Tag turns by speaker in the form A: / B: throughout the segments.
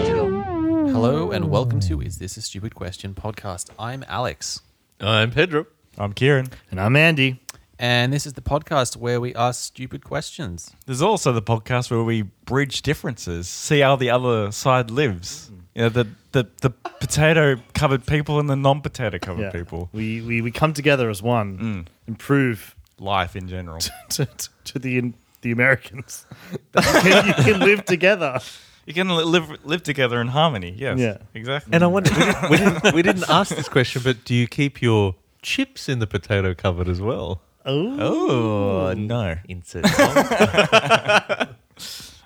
A: Hello and welcome
B: Hmm.
A: to Is This a Stupid Question podcast. I'm Alex,
C: I'm Pedro.
D: I'm Kieran.
B: And I'm Andy.
A: and this is the podcast where we ask stupid questions.
C: There's also the podcast where we bridge differences, see how the other side lives. You know, the the, the potato covered people and the non potato covered
B: Yeah.
C: people.
B: We, we we come together as one and prove
C: Life in general.
B: to, to, to the the Americans that you can, you can live together.
C: You can li- live live together in harmony. Yes.
B: Yeah.
C: Exactly.
E: And I wonder, we didn't, we, didn't, we didn't ask this question, but do you keep your chips in the potato cupboard as well?
B: Oh,
C: oh no.
E: Insert song.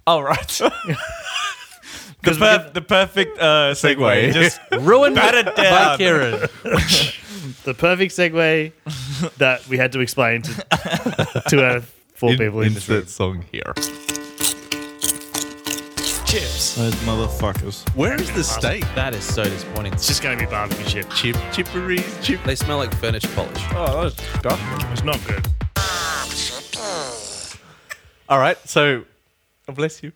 C: All right. the, perf- the perfect uh, segue.
E: Segue.
C: Just
A: Ruined
C: bat it
A: by
C: down.
A: Kieran.
B: the perfect segue that we had to explain to to our four
E: In-
B: people in this room.
E: insert song here.
C: Chips.
E: Those motherfuckers. Where is the steak?
A: That is so disappointing.
B: It's just going to be barbecue chip.
E: Chip, chipperies, chip.
A: They smell like furniture polish.
C: Oh, that was dumb.
B: It's not good.
E: All right, so oh, bless you.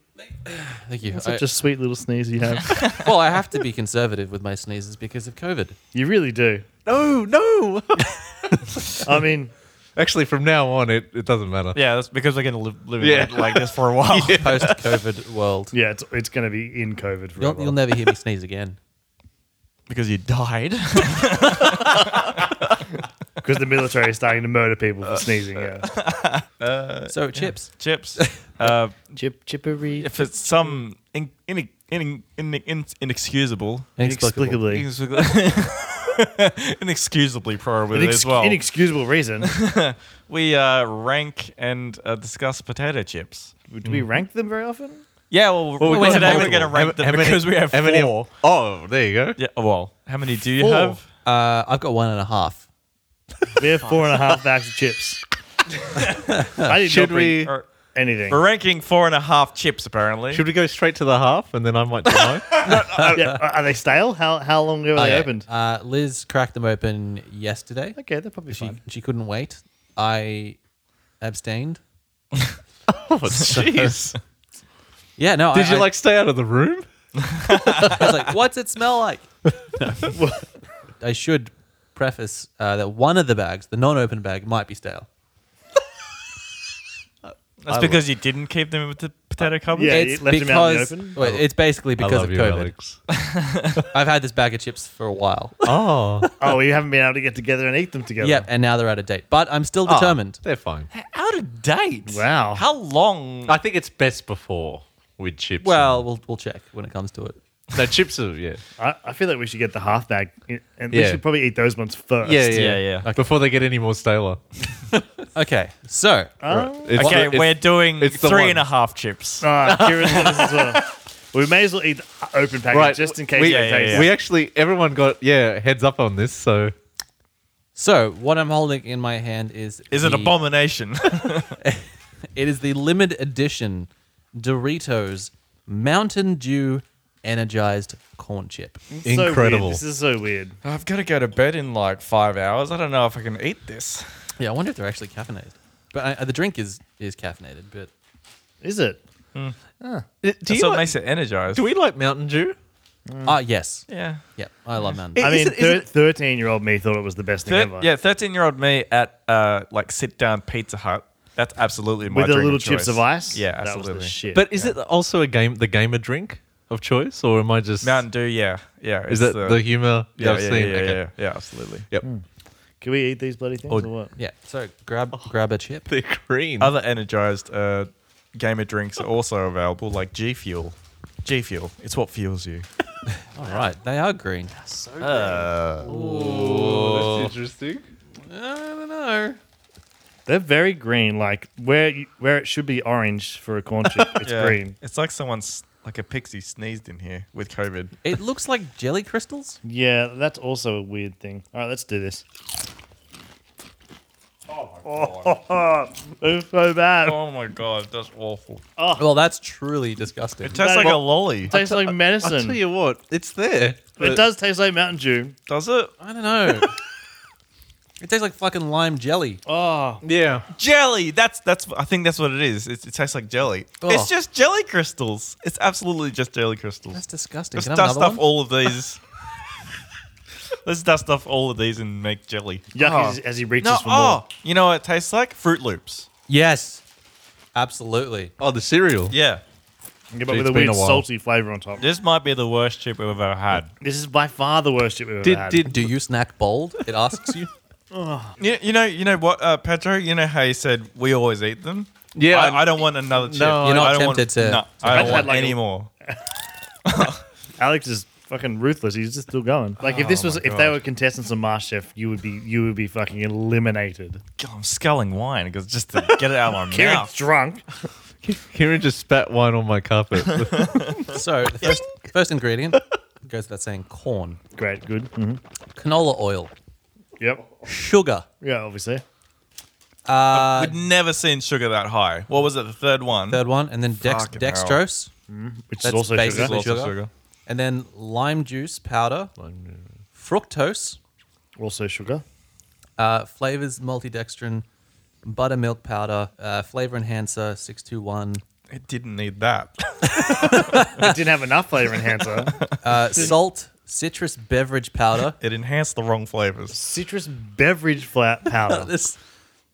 A: Thank you.
B: Such
A: I-
B: a sweet little sneeze you have.
A: well, I have to be conservative with my sneezes because of COVID.
B: you really do.
E: No, no.
B: I mean,
E: Actually, from now on, it, it doesn't matter.
C: Yeah, that's because we're gonna live, live in
E: Yeah.
C: it like this for a while.
A: Post COVID world.
B: yeah, it's it's going to be in COVID for a
A: You'll,
B: while.
A: you'll never hear me sneeze again.
C: Because you died.
B: because the military is starting to murder people for sneezing. Yeah, Uh,
A: So, chips.
C: Chips. Uh,
B: chip chippery.
C: if it's some in, in, in, in, in, inexcusable,
A: Inexplicable.
B: Inexplicably.
C: inexcusably probably
B: Inex-
C: as well,
B: Inexcusable reason.
C: we uh, rank and uh, discuss potato chips.
B: Do we rank them very often?
C: Mm. Yeah, well,
A: we've got
C: today we're
A: multiple.
C: going to rank them because we have
E: how many-
C: four.
E: oh, there you go.
C: yeah, well, how many do you
B: Four.
C: have?
A: Uh, I've got one and a half.
B: We have four and a half bags of chips. I did
E: Should
B: not bring
E: we
C: Or-
B: anything?
C: We're ranking four and a half chips apparently.
E: should we go straight to the half, and then I might die?
B: Yeah, are- are they stale? How how long
E: Oh,
B: ago were they
A: Okay.
B: opened?
A: Uh, Liz cracked them open yesterday.
B: Okay, they're probably
A: She
B: fine.
A: she couldn't wait. I abstained.
E: oh, jeez.
A: Yeah, no.
E: Did
A: I,
E: you
A: I-
E: like stay out of the room?
A: I was like, what's it smell like? I should preface uh, that one of the bags, the non-open bag, might be stale.
C: That's because you didn't keep them with the potato cupboard.
B: Yeah, you left them out in the open?
A: well, it's basically
E: I
A: because
E: love
A: of
E: you,
A: COVID.
E: Alex.
A: I've had this bag of chips for a while.
E: Oh,
B: Oh, we haven't been able to get together and eat them together.
A: yep, and now they're out of date. But I'm
B: Ah.
A: still determined.
E: they're fine.
C: Out of date.
B: Wow.
C: How long?
E: I think it's best before with chips.
A: Well, we'll we'll check when it comes to it.
E: no chips are yeah,
B: I, I feel like we should get the half bag, i- and we
E: Yeah.
B: should probably eat those ones first.
C: Yeah, yeah.
E: Before they get any more staler.
A: Okay, so
B: Oh.
E: It's
C: okay,
E: the- it's-
C: we're doing
E: it's the
C: three and a half
E: ones.
C: chips.
B: All right, Kieran's got this as well. We may as well eat the open package
E: right.
B: just in case.
E: We,
C: Yeah,
B: they
C: yeah,
B: taste-
C: yeah.
E: we actually everyone got yeah heads up on this. So
A: so what I'm holding in my hand is
C: Is it
A: the-
C: abomination?
A: It is the limited edition Doritos Mountain Dew Energized Corn Chip.
B: It's so weird.
E: incredible.
B: This is so weird.
C: I've got to go to bed in like five hours. I don't know if I can eat this.
A: Yeah, I wonder if they're actually caffeinated. But uh, the drink is is caffeinated. But
B: Is it?
E: Uh, do
C: That's what makes it energized.
E: do we like Mountain Dew? Mm.
A: ah, yes,
C: Yeah.
A: yeah, I love Mountain.
B: I
E: Is
B: mean,
E: it- is
B: thirteen-year-old me thought it was the best thing
C: Thir-
B: ever.
C: yeah, thirteen-year-old me at uh, like sit-down Pizza Hut. That's absolutely my
B: with the
C: drink
B: little
C: of
B: chips
C: choice.
B: of ice.
C: Yeah,
B: that
C: absolutely.
B: was the shit.
E: But is it also a game the gamer drink of choice, or am I just
C: Mountain Dew. Yeah, yeah.
E: Is
C: it's
E: that the, humor
C: Yeah,
E: I've
C: yeah,
E: seen?
C: yeah,
E: Okay.
C: yeah, yeah, absolutely.
E: Yep.
B: can we eat these bloody things or,
C: Or-
B: what?
A: Yeah, so grab grab a chip.
E: They're green.
C: Other energized uh, gamer drinks are also available, like G Fuel. G Fuel. It's what fuels you.
A: All right, they are green.
E: oh, that's interesting.
A: I don't know.
B: They're very green, like where you, where it should be orange for a corn chip, it's
C: Yeah.
B: green.
C: It's like someone's like a pixie sneezed in here with COVID.
A: It looks like jelly crystals.
B: Yeah, that's also a weird thing. All right, let's do this. Oh my god, it's so bad.
C: Oh my god, that's awful.
A: Well, that's truly disgusting.
C: It tastes
B: That-
C: like a lolly.
B: It tastes like
E: I'll tell
B: medicine.
E: you what, it's there.
B: It does taste like Mountain Dew.
C: Does it?
A: I don't know. It tastes like fucking lime jelly.
B: Oh,
E: Yeah.
C: Jelly. That's that's. I think that's what it is. It, it tastes like jelly.
A: Oh.
C: It's just jelly crystals. It's absolutely just jelly crystals.
A: That's disgusting.
C: Let's
A: Can I have
C: dust
A: another
C: off
A: one?
C: all of these. Let's dust off all of these and make jelly.
B: yuck!
C: Oh.
B: As, as he reaches
C: No,
B: for more.
C: oh, you know what it tastes like? Fruit Loops.
A: yes, absolutely.
E: Oh, the cereal.
C: Yeah,
B: Yeah, but
E: Gee,
B: with
E: it's
B: a
E: been
B: weird
E: a while.
B: salty flavor on top.
C: this might be the worst chip we've ever had.
B: This is by far the worst shit we've ever
E: Did-
B: had.
E: did-
A: Do you snack bold? It asks you.
C: You, you know, you know what, uh, Pedro? You know how you said we always eat them.
E: Yeah,
C: I, I don't want another chip.
E: No,
C: I
A: You're not
C: don't want-
A: tempted to-
C: No,
A: to
C: I don't
B: have
C: want
B: like a-
C: any more.
B: Alex is fucking ruthless. He's just still going. Like if this
C: Oh
B: was,
C: my
B: if they
C: God.
B: were contestants on MasterChef, you would be, you would be fucking eliminated.
C: God, I'm sculling wine because just to get it out of my
B: Kieran's
C: mouth.
B: drunk.
E: Kieran just spat wine on my carpet.
A: So the first, first ingredient goes without saying: corn,
B: Great, good. hmm
A: canola oil,
B: Yep.
A: sugar.
B: Yeah, obviously.
A: Uh,
C: We'd never seen sugar that high. What was it? The third one.
A: third one, and then dex-
C: Fucking hell.
A: dextrose,
B: Which is
A: That's
B: also
A: basic.
C: There's
B: sugar.
A: Is
C: also
A: sugar.
C: sugar.
A: and then lime juice powder, fructose,
B: Also sugar.
A: uh, flavors multidextrin, buttermilk powder, uh, flavor enhancer six two one,
C: It didn't need that.
B: it didn't have enough flavor enhancer.
A: uh, salt, citrus beverage powder.
C: It enhanced the wrong flavors.
B: Citrus beverage flat powder.
A: this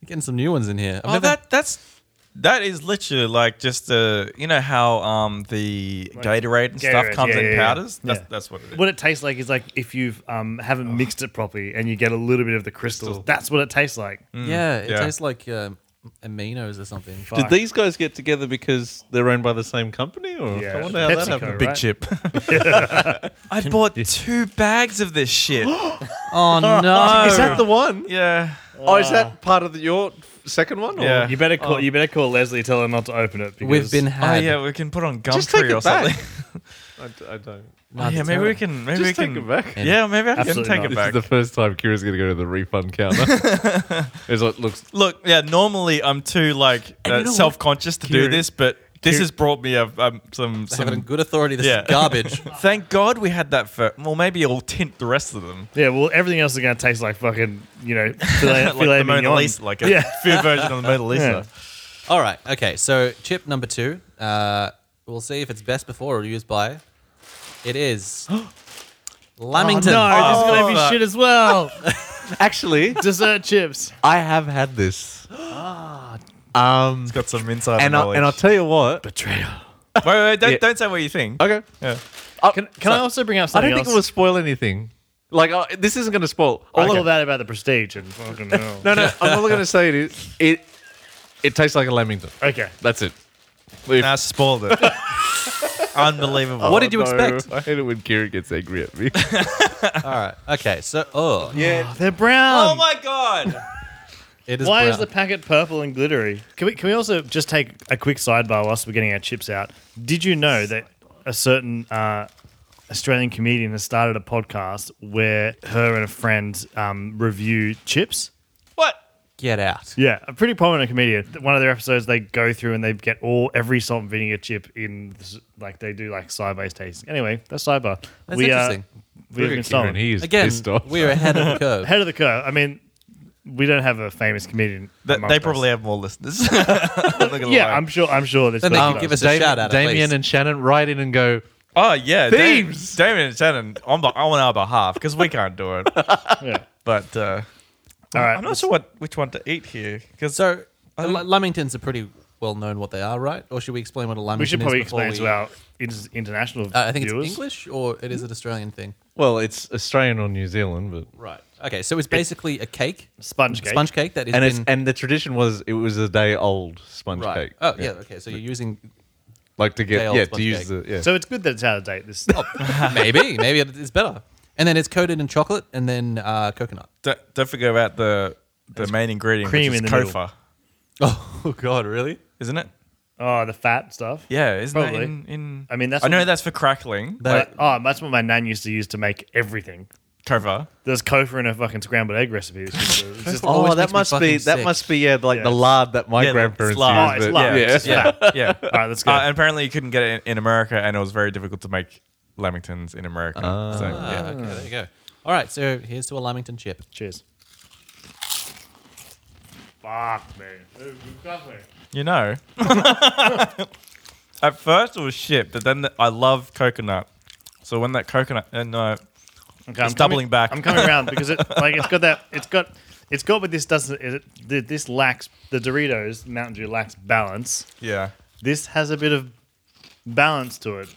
A: getting some new ones in here. I've
C: Oh,
A: never-
C: that that's that is literally like just uh you know how um the Gatorade and stuff
B: Gatorade,
C: comes
B: yeah,
C: in
B: yeah, yeah.
C: powders. That's
B: Yeah.
C: that's what it is.
B: what it tastes like is like if you um, haven't mixed it properly and you get a little bit of the crystals.
C: Crystal. Mm.
B: That's what it tastes like.
A: Mm, yeah, it
C: yeah.
A: tastes like uh,
C: um,
A: aminos or something.
E: Did these guys get together because they're owned by the same company, or
B: Yeah,
E: I wonder how that
B: PepsiCo.
E: happened?
C: Big
B: right?
C: chip. I bought two bags of this shit.
A: Oh no!
E: Is that the one?
C: yeah.
E: Oh, is that part of the, your second one? Or?
C: Yeah.
B: You better call. You better call Leslie. Tell her not to open it. Because
A: We've been
C: Oh
A: had.
C: yeah, we can put on
E: Just take
C: Gumtree
E: it
C: or
E: back.
C: something.
E: I, d- I don't.
A: No,
C: Oh, yeah,
A: that's
C: maybe we
A: terrible.
C: can. Maybe
E: Just
C: we
E: take
C: can
E: it back.
C: Yeah, maybe I can
B: Absolutely
C: take it
B: not.
E: This
C: back.
E: is the first time Kira's going to go to the refund counter. it's like, looks.
C: Look, yeah, normally I'm too like
A: you
C: uh,
A: know what?
C: self-conscious to do
E: Kieran-
C: this, but this has brought me a, um, some
A: I have it on
C: some.
A: good authority. This
C: Yeah.
A: is garbage.
C: Thank God we had that for. Well, maybe it'll tint the rest of them.
B: Yeah, well, everything else is going to taste like fucking, you know, filet,
C: like
B: filet
C: the Mona
B: mignon.
C: Lisa, like a
B: yeah.
C: food version of the Mona Lisa.
A: All right. Okay. So chip number two. Uh, we'll see if it's best before or used by. It is. Lamington.
B: Oh,
A: Oh,
B: No, this is going to be
C: fuck.
B: shit as well.
E: Actually,
B: Dessert chips.
E: I have had this. Um,
C: It's got some inside
E: and, I,
C: knowledge.
E: and I'll tell you what.
B: Betrayal.
C: wait, wait, wait, don't,
E: Yeah.
C: don't say what you think.
E: Okay.
C: Yeah.
B: Can, can I also bring up
E: I
B: something
E: don't think
B: else?
E: it will spoil anything. Like, uh, this isn't going to spoil. All
B: all
E: of
B: of that about the prestige and fucking hell.
E: No, no, I'm all going to say it is it. It tastes like a lamington.
B: Okay.
E: That's it. If-
C: Nah, spoiled it. Unbelievable.
A: What did you
B: Oh,
E: Oh, No,
A: expect?
E: I hate it when Kira gets angry at me.
A: All right. Okay. So oh,
E: yeah.
B: They're brown.
C: Oh my god!
A: it is.
B: Why is
A: brown.
B: the packet purple and glittery? Can we, can we also just take a quick sidebar whilst we're getting our chips out? Did you know that a certain uh, Australian comedian has started a podcast where her and a friend um, review chips?
C: what?
A: get out?
B: Yeah, a pretty prominent comedian. One of their episodes, they go through and they get all every salt and vinegar chip in, this- like they do like sideways tasting. Anyway, that's sidebar.
A: That's
B: we
A: interesting.
B: Are, we have been stolen.
E: He is
A: Again,
E: pissed off.
A: we are ahead of the curve.
B: Head of the curve. I mean, we don't have a famous comedian.
C: Th-
B: amongst
C: they
B: us.
C: probably have more listeners. I'm not gonna
B: Yeah,
C: lie.
B: I'm sure. I'm sure. There's
A: Then they
B: plenty
A: can
B: of
A: give
B: us.
A: us a shout out. at
E: Damien
A: least.
E: and Shannon write in and go.
C: Oh yeah,
E: Thieves!
C: Damon, Damon and Shannon on, the, on our behalf because we can't do it.
B: Yeah.
C: But uh,
B: All right.
C: I'm not sure what which one to eat here because
A: So the Lu- Lamingtons are pretty well known what they are, right? Or should we explain what a Lamington
B: We should probably
A: is before
B: explain
A: we-
B: to our inter- international
A: Uh, I think
B: viewers.
A: it's English or it is an Australian thing.
E: Well, it's Australian or New Zealand, but
A: Right. Okay. So it's basically a cake,
B: Sponge cake.
A: sponge cake that is
E: and it's
A: been-
E: and the tradition was it was a day old sponge
A: right.
E: cake.
A: Oh yeah. Okay. So you're using
E: like to
A: day
E: get
A: old
E: yeah to
A: sponge
E: use
A: cake.
E: the yeah.
B: So it's good that it's out of date. This
A: maybe maybe it's better. And then it's coated in chocolate and then uh, coconut.
C: don't, don't forget about the the main ingredient,
B: cream
C: which is
B: in the
C: kofa,
B: middle.
A: Oh God, really?
C: isn't it?
B: oh, the fat stuff.
C: Yeah, isn't that
B: Probably.
C: in, in?
B: I mean, that's
C: I know
B: what-
C: that's for crackling.
A: That-
B: But- oh, that's what my nan used to use to make everything.
C: Kofa.
B: There's Kofa in her fucking scrambled egg recipe. It's just- it's just-
A: Oh,
E: oh,
A: always
E: that
A: makes me
E: must be
A: fucking
E: that
A: sick.
E: must be yeah like the
B: Yeah.
E: lard that my
C: Yeah, the- it's
E: grandparents
C: lard.
B: Oh,
E: used.
B: it's
E: but-
B: lard.
E: yeah.
B: It's
C: Yeah, yeah.
B: All right, let's go.
C: Uh, and apparently, you couldn't get it in, in America, and it was very difficult to make lamingtons in America. so,
A: Ah,
C: yeah.
A: okay. There you go. All right. So here's to a Lamington chip.
B: Cheers. Fuck me. It was disgusting.
C: You know. At first it was shit, but then the, I love coconut. So when that coconut and uh,
B: Okay,
C: It's doubling
B: coming,
C: back.
B: I'm coming around because it like it's got that it's got it's got but this doesn't it, th- this lacks the Doritos Mountain Dew lacks balance.
C: yeah,
B: This has a bit of balance to it.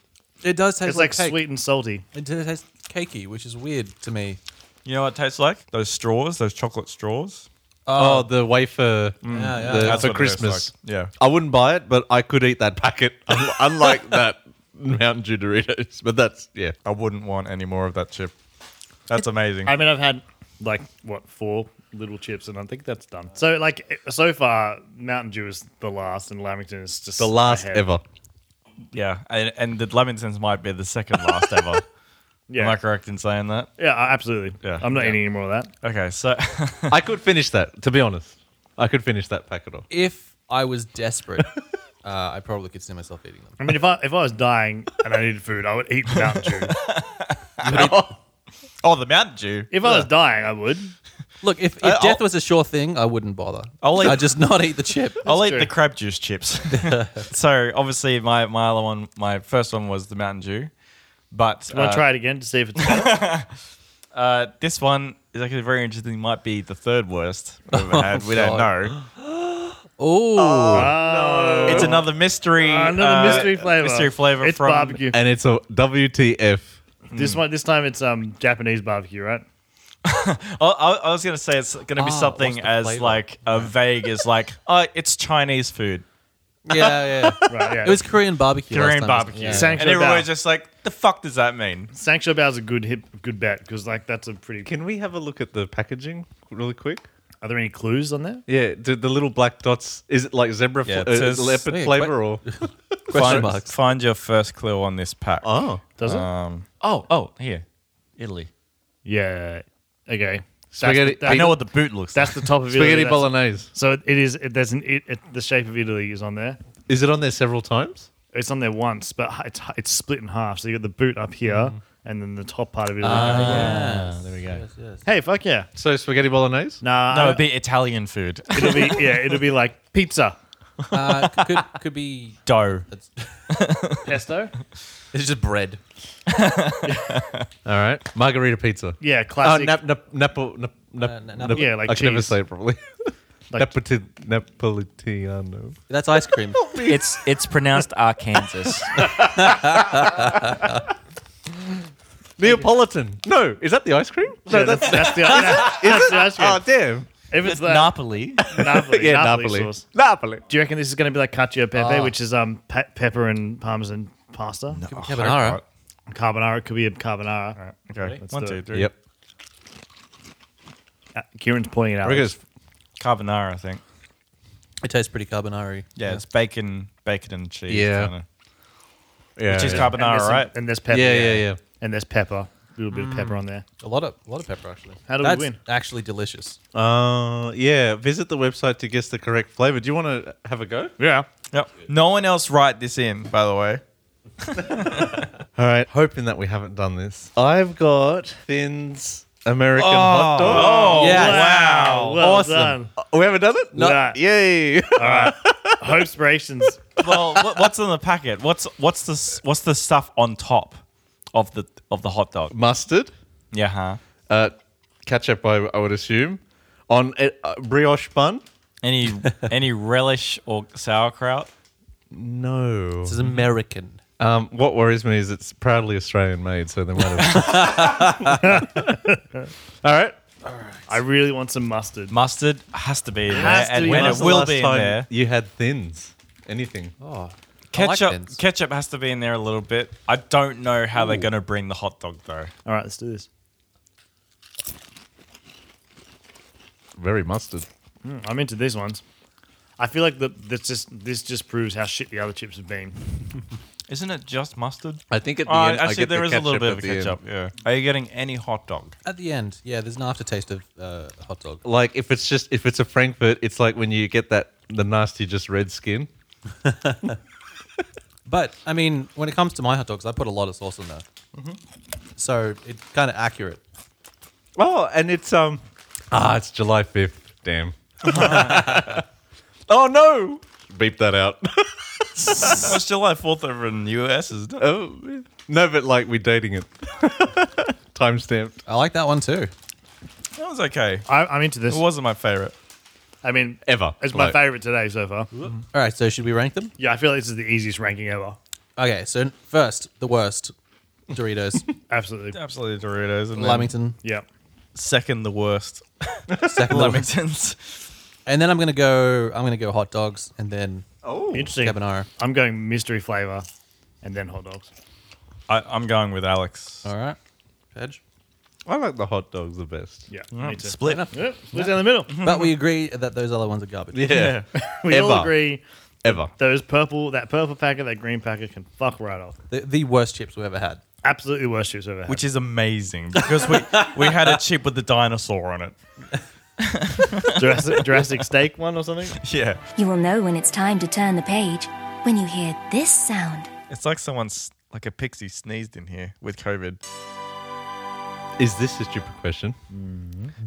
A: It does taste
B: It's like
A: cake.
B: sweet and salty.
A: It does taste cakey, which is weird to me.
C: you know what it tastes like? Those straws, those chocolate straws.
E: Oh, the wafer mm,
A: Yeah, yeah.
E: the-
A: That's
E: for
C: what it tastes
E: Christmas.
C: like. Yeah.
E: I wouldn't buy it, but I could eat that packet. un- Unlike that Mountain Dew Doritos, but that's yeah.
C: I wouldn't want any more of that chip. That's amazing.
B: I mean, I've had like what four little chips, and I think that's done. So like it- so far, Mountain Dew is the last, and Lamington is just
E: The last
B: ahead.
E: ever.
C: yeah, and, and the Lemingtons might be the second last ever. Am
B: Yeah,
C: I correct in saying that?
B: yeah, absolutely.
C: Yeah.
B: I'm not
C: Yeah.
B: eating any more of that.
C: Okay, so
E: I could finish that. To be honest, I could finish that packet off.
A: If I was desperate, uh, I probably could see myself eating them.
B: I mean, if I if I was dying and I needed food, I would eat Mountain Dew.
C: oh, the Mountain Dew.
B: If I was dying, I would.
A: Look, if, if
C: I'll-
A: death was a sure thing, I wouldn't bother.
C: I'll eat-
A: I'd just not eat the chip.
C: I'll eat
B: true.
C: the crab juice chips. so obviously, my my other one, my first one was the Mountain Dew, but
B: I'll
C: uh,
B: try it again to see if it's.
C: uh, this one is actually very interesting. Might be the third worst we've ever had. we
B: Oh,
C: don't know.
A: Ooh.
B: Uh. no.
C: It's another mystery.
B: Another
C: uh,
B: mystery flavor.
C: Mystery flavor
B: It's
C: from
B: barbecue.
E: And it's a WTF.
B: This one, this time, it's um Japanese barbecue, right?
C: I, I I was gonna say it's gonna be
A: Ah,
C: something
A: what's the
C: as
A: flavor?
C: like a vague as like oh it's Chinese food,
A: yeah, yeah.
B: Right. Yeah.
A: It was Korean barbecue. last
C: Korean
A: time, wasn't
C: barbecue,
A: it? Yeah.
B: Sang-
C: and
B: Sancho
C: everyone
B: Bao.
C: was just like the fuck does that mean?
B: Sancho Bao's a good hip, good bet because like that's a pretty.
E: Can we have a look at the packaging really quick?
B: Are there any clues on there?
E: Yeah, do the little black dots. Is it like zebra,
C: Yeah,
E: fl-
C: it
E: uh,
C: says-
E: leopard
A: Yeah,
E: flavor, or
A: Question
C: Find,
A: marks.
C: find your first clue on this pack.
E: oh,
B: Does it?
C: Um, oh oh here, Italy.
B: yeah. Okay.
E: Spaghetti-
B: That's the, that-
C: I know what the boot looks like.
B: that's the top of Italy.
E: spaghetti
B: that's-
E: bolognese?
B: So it is. It, there's an. It, it, the shape of Italy is on there.
E: Is it on there several times?
B: It's on there once, but h- it's it's split in half. So you got the boot up here, and then the top part of Italy.
A: Ah,
C: there we go.
A: Yes, yes.
B: hey, fuck yeah!
E: So spaghetti bolognese.
B: Nah,
C: No,
B: I-
C: it'd be Italian food.
B: it'll be yeah, it'll be like pizza,
A: Uh, c- could, could be.
C: Dough.
A: It's,
B: pesto.
A: it's just bread.
E: All right, margarita pizza.
B: Yeah,
E: Oh,
B: classic.
E: nap, nap, napo, nap, nap,
A: Uh, na-
E: nap-
B: yeah, like
E: I can never
B: cheese.
E: say it properly.
B: Like-
E: Napoli- Napolitano.
A: That's ice cream.
C: It's it's pronounced Arkansas.
E: Neapolitan. No, is that the ice cream? No,
B: Yeah,
E: that's
B: that's, that's the that's, that's the ice cream.
E: oh damn.
B: if it's that,
C: Napoli.
B: Napoli,
E: Yeah,
B: Napoli,
E: Napoli.
B: sauce.
E: Napoli.
B: Do you reckon this is going to be like cacio e pepe,
A: Ah.
B: which is um pe- pepper and parmesan pasta?
A: be carbonara.
B: Carbonara could be a carbonara.
C: Okay.
B: Let's
C: One,
B: do
C: two,
B: it.
C: three.
E: Yep.
B: Uh, Kieran's pointing it out.
E: Because
C: Carbonara, I think.
A: It tastes pretty carbonara.
C: Yeah, it's bacon, bacon and cheese.
E: Yeah.
C: Kinda.
E: yeah,
C: Which is
E: yeah.
B: And there's
C: carbonara,
B: some-
C: right?
B: And there's pepper.
E: Yeah, yeah, yeah.
B: And there's pepper. A little bit of pepper on there.
A: A lot of a lot of pepper actually.
B: How do we
A: That's
B: win?
A: Actually delicious.
E: Uh, yeah. Visit the website to guess the correct flavor. Do you want to have a go?
B: Yeah.
C: Yep. No one else write this in, by the way.
E: All right. Hoping that we haven't done this. I've got Finn's American hot dog.
A: Yes.
B: Wow. Oh. Well
A: Awesome.
B: done.
E: Oh, we haven't done it. No.
B: Nah.
E: Yay.
B: Hopes rations.
C: well, what, what's in the packet? What's what's the s- what's the stuff on top of the of the hot dog?
E: Mustard.
C: Yeah, huh?
E: Uh, ketchup. I, I would assume. On a, a brioche bun.
C: Any any relish or sauerkraut?
E: No.
A: This is American.
E: Um, what worries me is it's proudly Australian made, so they might have. All right.
B: I really want some mustard.
C: Mustard has to be in there,
B: Has to
C: and
B: be
C: when it
B: mustard.
C: will be in there.
E: You had thins. Anything.
A: Oh,
C: Ketchup, ketchup has to be in there a little bit. I don't know how they're going to bring the hot dog though.
B: All right, let's do this.
E: Very mustard.
B: Mm, I'm into these ones. I feel like the, this just this just proves how shit the other chips have been.
C: Isn't it just mustard?
E: I think at the
C: Oh,
E: end, I
C: actually,
E: get
C: there
E: the
C: is a little bit of
E: at the
C: ketchup.
E: end.
C: Yeah. Are you getting any hot dog?
A: At the end, yeah, there's an aftertaste of uh, hot dog.
E: Like if it's just if it's a Frankfurt, it's like when you get that the nasty just red skin.
A: But I mean, when it comes to my hot dogs, I put a lot of sauce on there,
E: Mm-hmm.
A: so it's kind of accurate.
E: Oh, and it's um ah, it's July fifth. Damn.
C: Oh no!
E: Beep that out.
C: It's July 4th over in the US, isn't it?
E: oh, no, but like we're dating it. Time stamped.
A: I like that one too.
C: That was okay.
B: I, I'm into this.
C: It wasn't my favorite.
B: I mean,
E: Ever.
B: It's my
E: Like-
B: favorite today so far. Mm-hmm.
A: All right, so should we rank them?
B: Yeah, I feel like this is the easiest ranking ever.
A: Okay, so first, the worst, Doritos,
B: Absolutely.
C: Absolutely Doritos. And then
A: Lamington,
B: Yeah.
C: second, the worst.
A: second Lamington,
C: Lamingtons.
A: and then I'm gonna go. I'm gonna go hot dogs, and then
E: Oh.
B: Interesting.
A: carbonara.
B: I'm going mystery flavor and then hot dogs.
C: I, I'm going with Alex.
A: All right, Edge.
E: I like the hot dogs the best.
B: Yeah.
C: Oh,
B: me too.
C: split.
B: Yep, split down the middle.
A: But we agree that those other ones are garbage.
E: Yeah.
B: We all
E: Mm-hmm. Ever.
B: agree
E: Ever.
B: those purple, that purple packet, that green packet can fuck right off.
A: The, the worst chips we've ever had.
B: Absolutely worst shoes I've ever had.
C: Which is amazing because we, we had a chip with the dinosaur on it.
B: Jurassic, Jurassic Steak one or something?
C: Yeah.
D: You will know when it's time to turn the page when you hear this sound.
C: It's like someone's, like a pixie sneezed in here with COVID.
E: Is this a stupid question?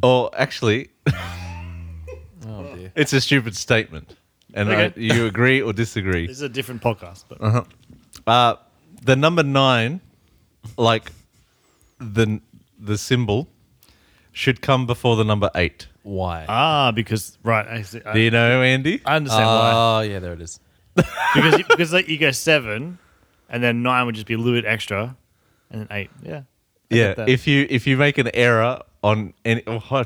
E: Or actually,
A: Oh dear.
E: it's a stupid statement. And
B: Okay.
E: I, you agree or disagree.
B: This is a different podcast, but
C: Uh-huh.
E: Uh, the number nine, like the the symbol, should come before the number eight.
A: Why?
B: ah, because right, I, see,
E: Do
B: I,
E: you know, Andy?
B: I understand
C: Ah.
A: oh
B: why.
A: yeah, there it is.
B: Because you- because like you go seven, and then nine would just be a little bit extra, and then eight, yeah,
E: yeah.
B: that.
E: If you if you make an error on any, oh, I,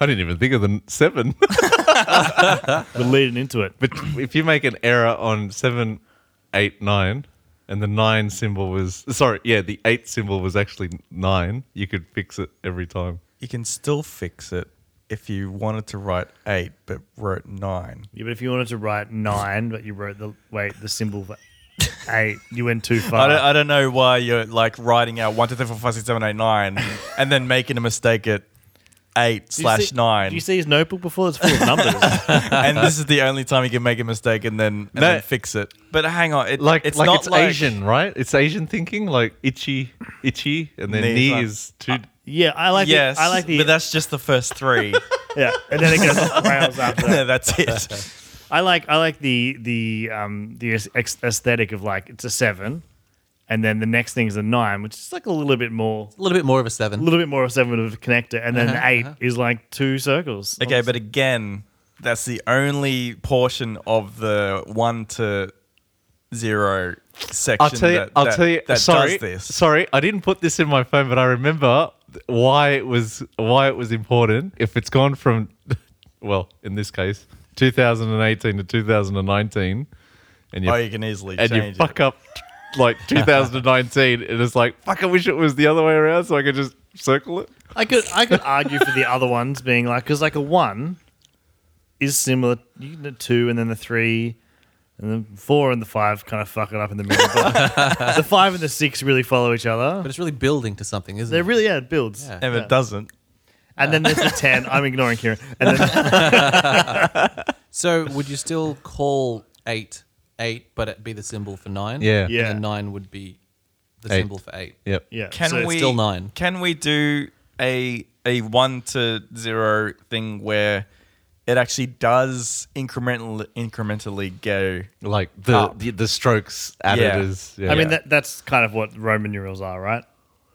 E: I didn't even think of the n- seven.
B: we're leading into it.
E: but if you make an error on seven, eight, nine, and the nine symbol was sorry, yeah, the eight symbol was actually nine. You could fix it every time.
C: You can still fix it if you wanted to write eight but wrote nine.
B: Yeah, but if you wanted to write nine, but you wrote the wait the symbol for eight, you went too far.
C: I don't, I don't know why you're like writing out one, two, three, four, five, six, seven, eight, nine, and then making a mistake at eight
B: Do you
C: slash
B: see-
C: nine.
B: Do you see his notebook before? It's full of numbers.
C: and this is the only time you can make a mistake and then,
E: No.
C: and then fix it. But hang on, it,
E: Like it's
C: it's
E: like
C: not
E: it's Asian, right? It's Asian thinking, like itchy, itchy, and then
C: Knee.
E: knee is too.
B: yeah, I like.
C: yes,
B: the, I like the.
C: but that's just the first three.
B: yeah, and then it goes off the rails after that.
C: yeah, that's it.
B: I like I like the the um the ex- aesthetic of like it's a seven, and then the next thing is a nine, which is like a little bit more,
A: A little bit more of a
B: a
A: seven.
B: little bit more of a seven of a connector, and then the 8 is like two circles.
C: Uh-huh, Okay, but again, that's the only portion of the one to zero section
E: I'll tell you.
C: that,
E: I'll
C: that-
E: tell you.
C: that
E: sorry,
C: does this.
E: sorry, I didn't put this in my phone, but I remember th- why it was why it was important. If it's gone from, well, in this case, 2018 to 2019, and you
C: Oh, you can easily
E: and
C: change
E: you
C: it.
E: fuck up like 2019, and it's like fuck. I wish it was the other way around, so I could just circle it.
B: I could I could argue for the other ones being like because like a one is similar you can do two and then the three and the four and the five kind of fuck it up in the middle. but the five and the six really follow each
A: But
B: other.
A: it's really building to something, isn't
B: They
A: it?
B: really yeah it builds.
A: Yeah.
C: And if it doesn't.
B: And then there's the ten. I'm ignoring Kieran. And then
A: So would you still call eight eight, but it be the symbol for nine?
E: Yeah.
A: And
B: Yeah.
A: then nine would be the
E: Eight.
A: symbol for eight.
E: Yep.
B: yeah.
C: Can
B: so
C: we
B: it's-
A: still nine.
C: Can we do a a one to zero thing where it actually does incremental incrementally go?
E: Like the
C: Up.
E: the, the strokes added
C: Yeah.
E: as yeah.
B: Ah. I mean,
C: Yeah.
B: that, that's kind of what Roman numerals are, right?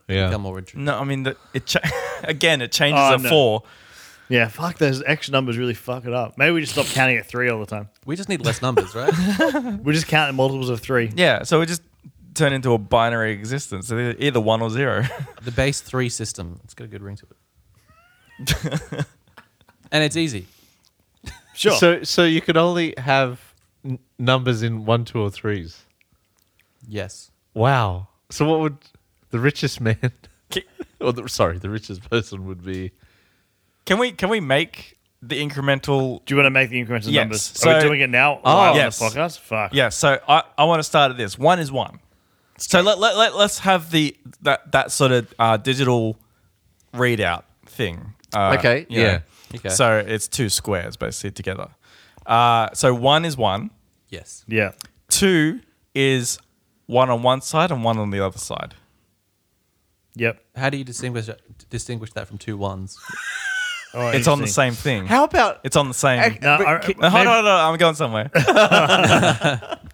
E: yeah.
A: Become more rigid.
C: No, I mean the, it cha- again it changes
B: Oh,
C: a
B: no.
C: four.
B: Yeah, fuck, those extra numbers really fuck it up. Maybe we just stop counting at three all the time.
A: We just need less numbers, right?
B: We're just counting multiples of three.
C: Yeah, so it just turned into a binary existence, so they're either one or zero.
A: the base three system. It's got a good ring to it. and it's easy.
B: Sure.
E: So so you could only have n- numbers in one, two, or threes.
A: Yes.
E: Wow. So what would the richest man, or the, sorry, the richest person would be?
C: can we can we make the incremental?
B: Do you want to make the incremental
C: Yes.
B: numbers? Are
C: So- Oh,
B: we doing it now live
C: yes.
B: on the podcast? Fuck.
C: Yeah, so I, I want to start at this. One is one. So let, let, let, let's have the that that sort of uh, digital readout thing. Uh,
E: Okay,
C: you know.
E: yeah.
A: Okay.
C: So it's two squares basically together. Uh, so one is one.
A: Yes.
B: Yeah.
C: Two is one on one side and one on the other side.
B: Yep.
A: How do you distinguish distinguish that from two ones?
B: Oh,
C: It's on the
B: interesting.
C: same thing.
E: How about
C: It's on the same.
E: Ac-
B: No,
E: but
B: I-
E: ki-
C: No, hold
B: maybe-
C: on, hold on, I'm going somewhere.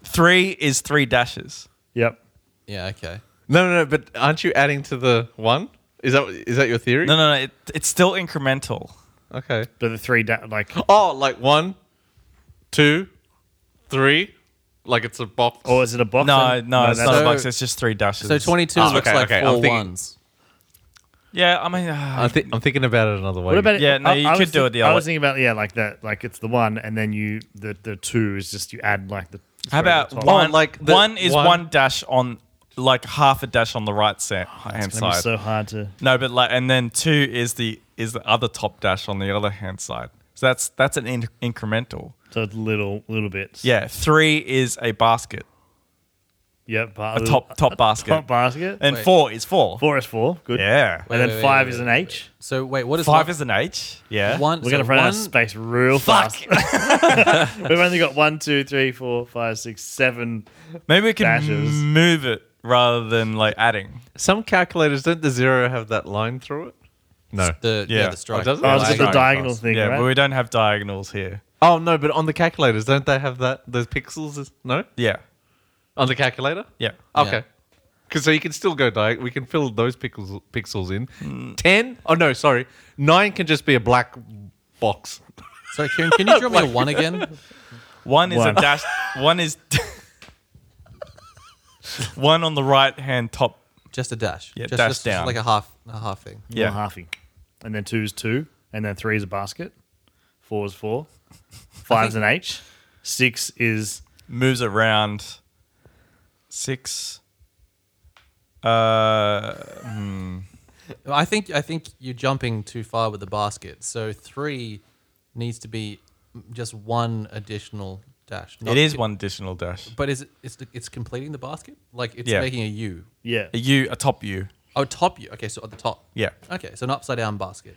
C: three is three dashes.
B: Yep.
A: Yeah, okay.
E: no, no, no. But aren't you adding to the one? Is that is that your theory?
C: No, no, no. It, it's still incremental.
E: Okay.
B: But the three, da- like,
E: Oh, like one, two, three. Like it's a box.
B: or is it a box?
C: No, no, it's
B: that's-
C: not a
A: So-
C: box. It's Oh, just three dashes.
A: So 22
E: Ah,
A: looks
E: okay,
A: like
E: okay, I'm
A: four
E: thinking-
A: ones.
C: Yeah, I mean, uh,
E: I think I'm thinking about it another way.
B: What about it?
C: Yeah, no,
B: I-
C: you
B: I
C: could
B: was
C: do it
B: think-
C: the
B: I
C: other
B: was
C: way.
B: thinking about yeah, like that, like it's the one, and then you the the two is just you add like the.
C: how
B: three at
C: about
B: the top.
C: one?
E: Oh, like the-
C: one is
E: one-
C: one, dash on, like half a dash on the right set, hand
B: It's gonna be
C: side.
B: so hard to.
C: no, but like, and then two is the is the other top dash on the other hand side. So that's that's an in- incremental.
B: So it's little little bits.
C: Yeah, three is a basket,
B: Yep. But
C: a top top basket,
B: Top basket.
C: and
A: Wait.
C: four is four.
B: four is four. Good.
C: Yeah,
A: Wait,
B: And
A: wait,
B: then five
A: wait,
B: is
A: wait,
B: an
A: wait.
B: H.
A: So wait, what is
C: five
A: one-
C: is an H. Yeah,
A: one?
B: We're
A: so
B: gonna run out of
A: one-
B: space real fast. We've only got one, two, three, four, five, six, seven.
C: Maybe we can
B: Dashes.
C: move it rather than like adding.
E: Some calculators don't the zero have that line through it? No.
A: The, yeah.
C: Yeah.
A: the strike.
E: Oh, does it?
B: Oh,
E: Yeah,
B: it's just
E: I
B: the
E: know.
B: diagonal thing,
C: yeah, but
B: right?
C: we don't have diagonals here.
E: Oh no, but on the calculators, don't they have that those pixels? is- No,
C: Yeah,
E: on the calculator.
C: yeah.
E: Okay. Because so you can still go diag. We can fill those pixels pixels in. Ten? Oh no, sorry. Nine can just be a black box.
A: Sorry, Kieran, can you draw me a one again?
C: One is
B: One.
C: a dash. One is one on the right hand top.
A: Just a dash.
C: Yeah,
A: just,
C: dash
A: just,
C: down.
A: Just like a half, a half thing.
B: yeah.
C: Yeah.
B: halfing. And then two is two. And then three is a basket. Four is four.
A: I
B: Five is
A: think-
B: an H. Six is
C: Moves around. Six. Uh,
A: I think I think you're jumping too far with the basket. So three needs to be just one additional dash. not-
C: it is one additional dash.
A: but is it, it's it's completing the basket? Like it's
C: Yeah.
A: making a U.
B: yeah.
C: A U, a top U.
A: Oh, top U. Okay, so at the top.
C: Yeah.
A: Okay, so an upside down basket.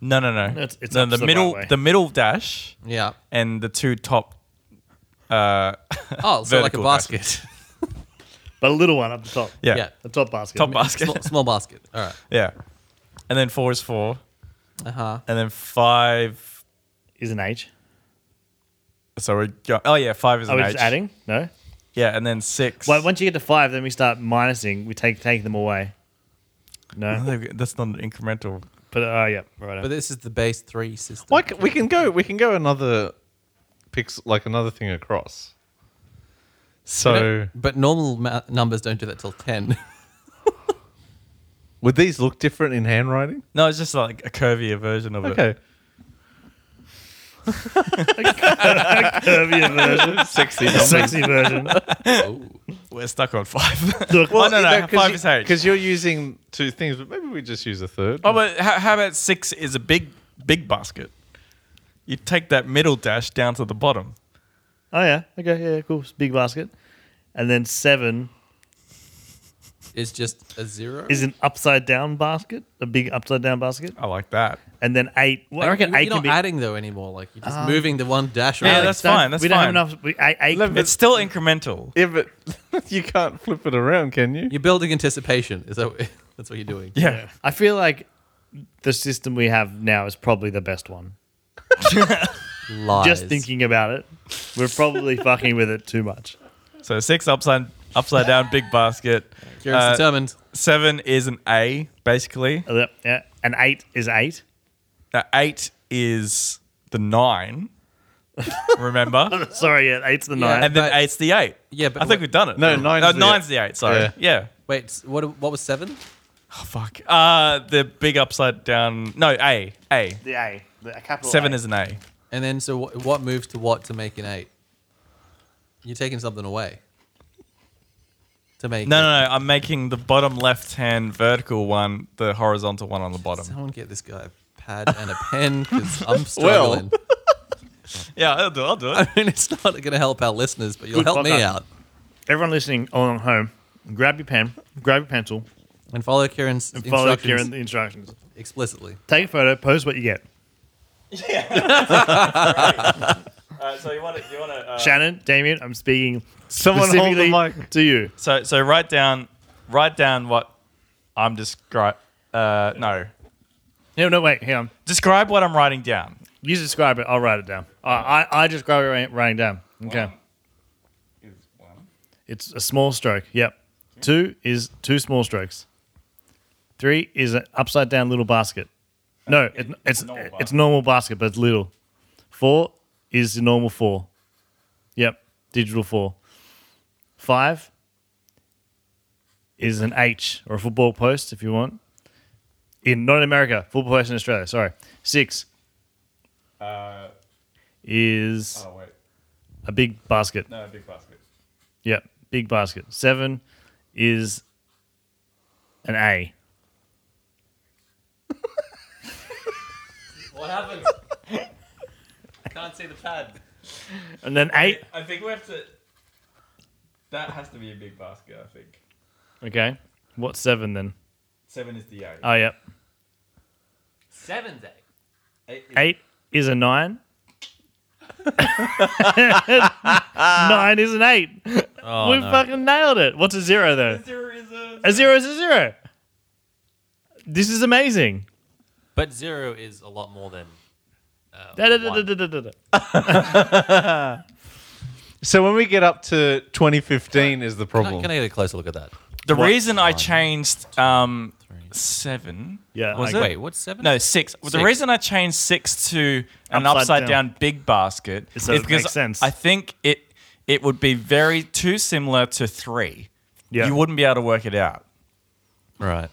C: No, no, no.
B: It's- it's
C: no,
B: up
C: the
B: the right
C: middle,
B: way.
C: the middle dash,
A: Yeah.
C: and the two top. Uh,
A: Oh, so like a
C: Vertical
A: basket.
B: But a little one up the top.
C: yeah.
A: Yeah.
B: The top basket.
C: Top basket.
A: small, small basket. All right.
C: Yeah. And then four is four.
A: Uh huh.
C: And then five.
B: is an H.
C: So we go. Oh, yeah. Five is
B: Are
C: an
B: we
C: H.
B: just adding? No.
C: Yeah. And then six.
B: Well, once you get to five, then we start minusing. We take take them away. No.
C: No, That's not an incremental.
B: But oh yeah, right.
A: But this is the base three system.
E: Why c- we can go? We can go another pixel, like another thing across. So
A: But normal ma- numbers don't do that till ten.
E: would these look different in handwriting?
C: No, it's just like a curvier version of it.
E: Okay.
B: Curvier version.
E: Sexy.
B: Sexy version.
A: oh.
C: We're stuck on five.
B: Look,
C: well, no, no. five is H.
E: Because you're using two things, but maybe we just use a third.
C: Oh, but how, how about six is a big, big basket? You take that middle dash down to the bottom.
B: Oh yeah. Okay. Yeah. Cool. It's a Big basket. And then seven
A: It's just a zero.
B: is an upside down basket, a big upside down basket.
C: I like that.
B: And then eight. Well, I
A: Like,
B: reckon
A: you-
B: eight
A: you're
B: can
A: not
B: be.
A: adding though anymore. Like you're just
E: Um,
A: moving the one dash.
C: Yeah,
A: around.
C: that's
B: don't-
C: fine, that's
B: we don't
C: fine.
B: have enough. We, eight, eight can be-
C: It's still incremental.
E: Yeah, but you can't flip it around, can you?
A: You're building anticipation. Is that that's what you're doing?
C: Yeah.
B: I feel like the system we have now is probably the best one.
A: Lies.
B: Just thinking about it, we're probably fucking with it too much.
C: So six upside upside down big basket.
A: Kieran's
C: Uh,
A: determined.
C: Seven is an A, basically.
B: Uh, Yeah. And eight is eight.
C: Now, eight is the nine. Remember?
B: Sorry, yeah, eight's the
A: Yeah.
B: nine.
C: and then
A: But-
C: eight's the eight.
A: Yeah, but
C: I think
A: wh-
C: we've done it.
E: No, nine's the
C: nine's
E: eight.
C: the eight. Sorry.
E: Yeah.
C: Yeah.
A: Wait, s- what what was seven?
C: Oh, fuck. Uh, the big upside down. No, A. A.
B: the A, the capital
C: Seven
B: A.
C: is an A.
A: And then so what, what moves to what to make an eight? You're taking something away. To make
C: No, no, no. I'm making the bottom left hand vertical one, the horizontal one on the bottom.
A: Someone get this guy a pad and a pen because I'm
E: Well.
A: struggling.
C: Yeah, I'll do it. I'll do it.
A: I mean, it's not going to help our listeners, but you'll
B: Good
A: help me
B: podcast.
A: out.
B: Everyone listening on at home, grab your pen, grab your pencil,
A: And follow Kieran's
B: and follow
A: instructions
B: Kieran the instructions.
A: explicitly.
B: Take a photo, post what you get.
C: All right, so you want to. You want to uh,
B: Shannon, Damien, I'm speaking
E: Someone hold the
B: specifically
E: mic.
B: to you.
C: So so write down write down what I'm describing. Uh, no,
B: No, no, wait, hang on.
C: Describe what I'm writing down.
B: You describe it. I'll write it down. I, I, I describe it writing- writing down. Okay. It's a small stroke. Yep. Two is two small strokes. Three is an upside down little basket. No, it, it's
C: normal
B: it's normal basket, but it's little. Four is the normal four. Yep, digital four. Five is an H or a football post, if you want. In not in America, football post in Australia. Sorry. Six is
E: wait.
B: a big basket.
E: No, big basket.
B: Yep, big basket. Seven is an A.
A: What happens? Can't see the pad.
B: And then eight.
C: I think we have to. That has to be a big basket. I think
B: Okay. What's seven then?
C: seven is the eight.
B: Oh, yep.
A: Seven day.
B: Eight is a nine. nine is an eight. we fucking nailed it. What's a zero though?
C: Zero is a.
B: A zero is a zero. This is amazing.
A: But zero is a lot more than. Uh,
B: Da, da, da, da,
A: one.
B: da, da, da, da.
E: So when we get up to 2015 is the
A: Can I-
E: problem.
A: can I get a closer look at that?
C: The reason I changed um seven.
B: Yeah.
C: Was
B: I-
C: it?
A: Wait, what's seven?
C: No, six. Well, The
A: Six.
C: reason I changed six to an
B: Upside
C: upside,
B: down.
C: down. big basket
B: So
C: is
B: it
C: because
B: makes sense.
C: I think it it would be very too similar to three.
B: Yeah.
C: You wouldn't be able to work it out.
A: Right.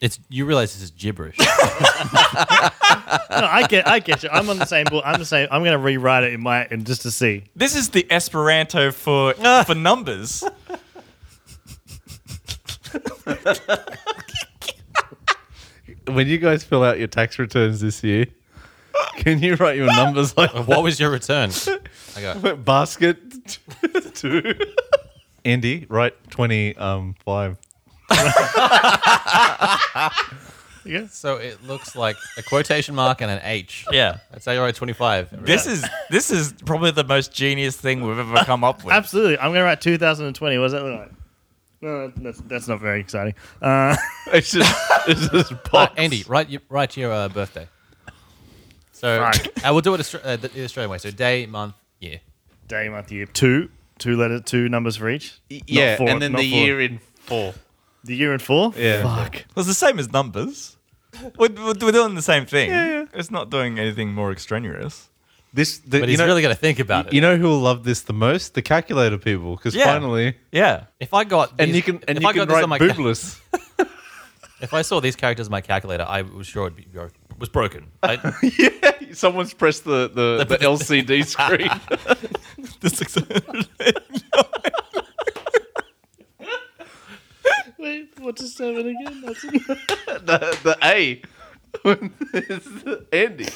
A: It's you realize this is gibberish.
B: No, I get. I get you. I'm on the same board. I'm the same. I'm gonna rewrite it in my and just to see.
C: This is the Esperanto for for numbers.
E: when you guys fill out your tax returns this year, can you write your numbers like
A: what was your return? I go.
E: basket two? Andy, write 25. Um, five.
A: So it looks like a quotation mark and an H.
C: Yeah.
A: That's how you write twenty-five.
C: This is this is probably the most genius thing we've ever come up with.
B: Absolutely. I'm gonna write 2020. What does that look like? No, that's that's not very exciting. Uh,
E: It's just, it's just box.
A: Uh, Andy, write your, write your uh, birthday. So
B: Fuck.
A: I will do it Austra- uh, the the Australian way. So day, month, year.
B: day, month, year. Two, two letter, two numbers for each. Not
E: Yeah,
B: four,
E: and then
B: not
E: the
B: four.
E: year in four.
B: the year in four.
E: Yeah.
B: Fuck.
C: It's the same as numbers. We're, we're we're doing the same thing. It's not doing anything more extraneous.
E: This, the,
A: But
E: you
A: he's
E: know,
A: really going to think about it.
E: you know who will love this the most? The calculator people, because
C: Yeah.
E: finally,
C: Yeah.
A: if I got
E: and
A: these-
E: you can and
A: if
E: you
A: I got
E: can
A: this
E: write
A: on my ca-
E: boobless.
A: if I saw these characters on my calculator, I was sure it'd be bro- was broken. I,
E: yeah, someone's pressed the the, the LCD screen.
C: The 600.
B: Wait, what's a seven again? That's
E: the, the A. It's the Andy.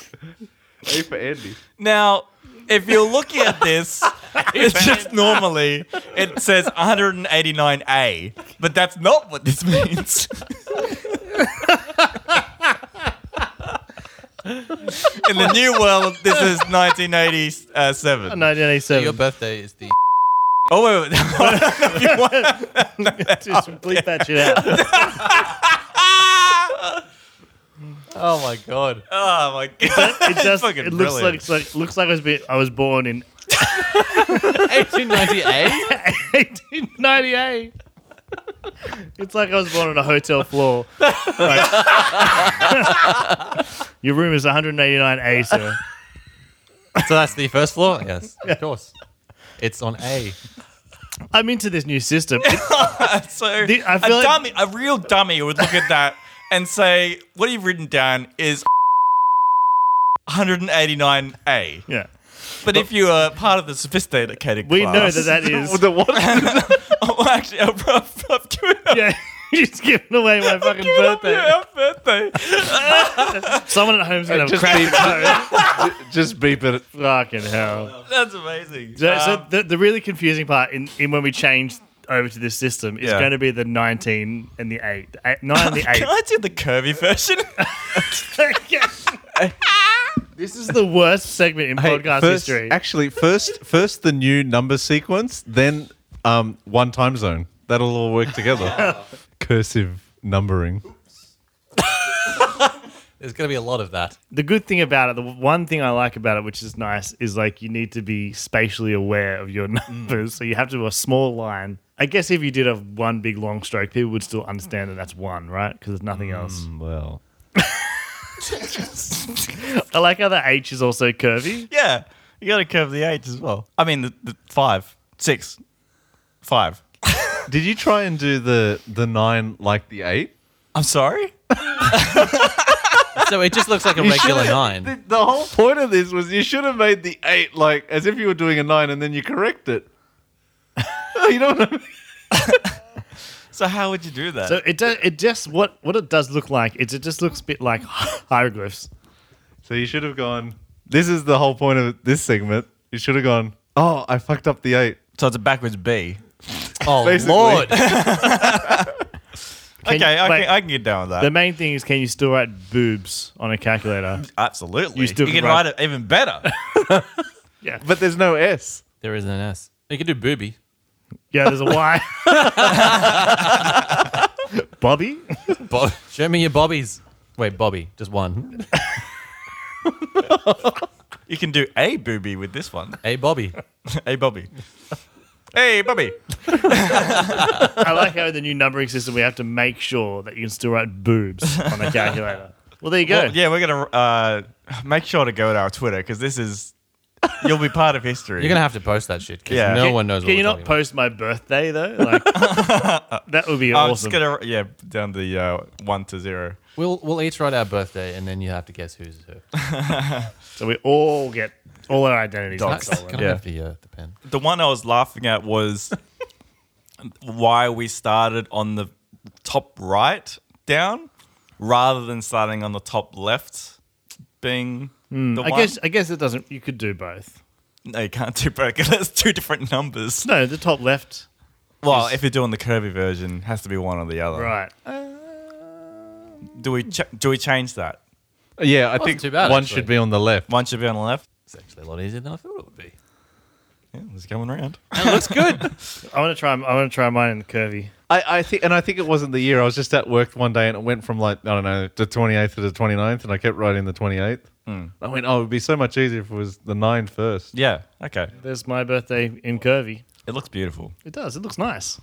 E: A for Andy.
C: Now, if you're looking at this, it's just normally it says 189A, but that's not what this means. In the new world, this is 1987.
B: 1987.
A: your birthday is the.
C: Oh wait, wait. if you want-
B: Just bleep that shit out.
A: Oh my god!
C: Oh my god,
B: It just
C: fucking
B: it looks like,
C: brilliant.
B: it's like looks like I was be, I was born in
A: 1898.
B: 1898. It's like I was born on a hotel floor. Your room is 189A, sir.
A: so that's the first floor. Yes, of course. It's on A.
B: I'm into this new system.
C: so
B: The- I
C: a
B: feel like-
C: dummy, a real dummy would look at that and say, "What you've written down is 189A."
B: Yeah.
C: But if you are part of the sophisticated
B: We know
C: class,
B: that that is.
E: The what?
C: oh, actually, I'm, I'm, I'm giving up.
B: yeah, she's giving away my fucking
C: giving up
B: birthday.
C: your birthday.
B: Someone at home's gonna
E: Just
B: crack
E: beep,
B: the code.
E: ju- just beep it.
B: Fucking hell.
C: That's amazing.
B: So, so
C: Um,
B: the, the really confusing part in, in when we change over to this system is
C: Yeah. Oh
B: going to be the 19 and the 8. The eight 9 and the
C: can I do the curvy version?
B: 8. this is the worst segment in podcast
E: first,
B: history.
E: Actually, first first the new number sequence, then um, one time zone. That'll all work together. Cursive numbering.
A: There's going to be a lot of that.
B: the good thing about it, the one thing I like about it, which is nice, is like you need to be spatially aware of your numbers. So you have to do a small line. I guess if you did a one big long stroke, people would still understand that that's one, right? Because there's nothing else.
E: Well,
B: I like how the H is also curvy.
C: Yeah, you got to curve the eight as well. I mean, the, the five, six, five.
E: did you try and do the the nine like the eight?
C: I'm sorry.
A: So it just looks like a
E: You
A: regular
E: should've-
A: nine.
E: The, the whole point of this was you should have made the eight like as if you were doing a nine, and then you correct it. you don't. Know.
C: So how would you do that?
B: So it does. It just what what it does look like is it just looks a bit like hieroglyphs.
E: So you should have gone. This is the whole point of this segment. You should have gone. Oh, I fucked up the eight.
C: So it's a backwards B.
A: Oh
E: Basically.
A: lord!
B: Can
C: okay,
B: you-
C: I,
B: wait.
C: can, I can get down with
B: The
C: that.
B: main thing is, can you still write boobs on a calculator?
C: Absolutely.
B: You still
C: you
B: can
C: can write it even better.
B: Yeah,
E: But there's no S.
A: there is an S. You could do booby.
B: yeah. There's a Y. Bobby.
A: Bob, show me your bobbies. Wait, Bobby, just one.
C: you can do a booby with this one.
A: Hey, Bobby.
C: hey, Bobby. hey, Bobby.
B: I like how the new numbering system we have to make sure that you can still write boobs on a calculator. Well, there you go.
C: Well, yeah, we're gonna uh, make sure to go to our Twitter because this is you'll be part of history.
A: You're gonna have to post that shit because
C: Yeah.
A: no
B: Can-
A: one knows.
B: Can
A: what
B: you
A: we're
B: not
A: talking about.
B: post my birthday though? Like, that would be
C: I'm
B: awesome.
C: just gonna yeah down the uh, one to zero.
A: We'll we'll each write our birthday, and then you have to guess who's who.
B: So we all get all our identities.
A: Can I,
B: Dogs.
A: can I
C: Yeah.
A: have the, uh, the pen?
C: The one I was laughing at was why we started on the top right down rather than starting on the top left. Being the
B: Hmm, I
C: one.
B: guess. I guess it doesn't. You could do both.
C: no, you can't do both 'cause that's two different numbers.
B: No, the top left.
C: Well, if you're doing the curvy version, it has to be one or the other.
B: Right.
C: Do we ch- do we change that?
E: Yeah, I
A: Wasn't
E: think
A: too bad,
E: one
A: actually.
E: should be on the left.
C: One should be on the left.
A: It's actually a lot easier than I thought it would be.
C: Yeah, it's coming around.
B: I want to try. I want to try mine in the curvy.
E: I, I think, and I think it wasn't the year. I was just at work one day, and it went from like I don't know the 28th to the 29th, and I kept writing the 28th. I went, oh, it would be so much easier if it was the nine first.
C: Yeah. Okay.
B: There's my birthday in curvy. Mm.
C: It looks beautiful.
B: It does. It looks nice.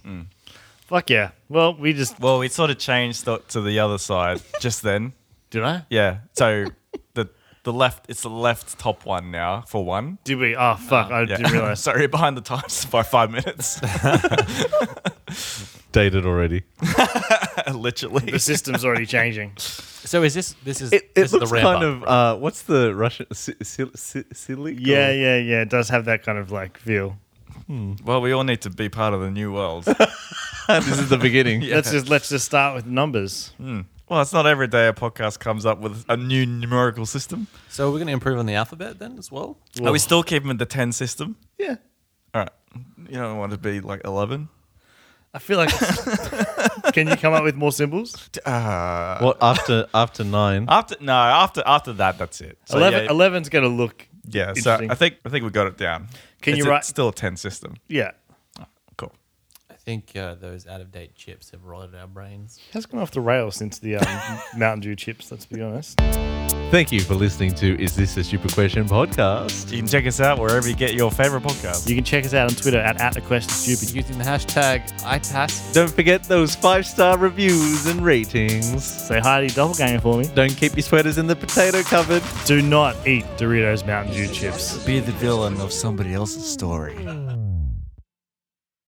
B: Fuck yeah. Well, we just
C: Well, we sort of changed the, to the other side just then.
B: did I?
C: Yeah. So the the left, it's the left top one now for one.
B: Did we? Oh fuck! I
C: Yeah.
B: didn't realize.
C: Sorry, behind the times by five minutes.
E: Dated already.
C: Literally.
B: the system's already changing.
A: So is this this is
E: It,
A: this
E: it
A: is the
E: looks
A: ramp
E: kind
A: up.
E: of uh, what's the Russian si- si- si- silly?
B: Yeah, yeah, yeah. It does have that kind of like feel.
C: Well, we all need to be part of the new world.
E: this is the beginning.
B: Let's just let's just start with numbers.
C: Well, it's not every day a podcast comes up with a new numerical system.
A: So we're going to improve on the alphabet then as well.
C: Are we still keeping with the 10 system?
B: Yeah.
C: All right. You don't want to be like 11?
B: I feel like. can you come up with more symbols?
C: Uh,
E: What after after nine?
C: after no, after after that, that's it. So,
B: Eleven.
C: yeah,
B: Eleven's gonna look.
C: Yeah, so
B: interesting.
C: I think I think we got it down.
B: Can
C: It's a-
B: you write-
C: still a ten system?
B: Yeah.
C: Cool.
A: I think uh, those out of date chips have rotted our brains.
B: Has gone off the rails since the um, Mountain Dew chips. Let's be honest.
E: Thank you for listening to Is This a Stupid Question podcast.
C: You can check us out wherever you get your favorite podcast.
B: You can check us out on Twitter at, at the question stupid.
A: Using the hashtag ITAS.
E: Don't forget those five star reviews and ratings.
B: Say hi to your doppelganger for me.
E: Don't keep your sweaters in the potato cupboard.
B: Do not eat Doritos Mountain Dew chips.
C: Be the villain of somebody else's story.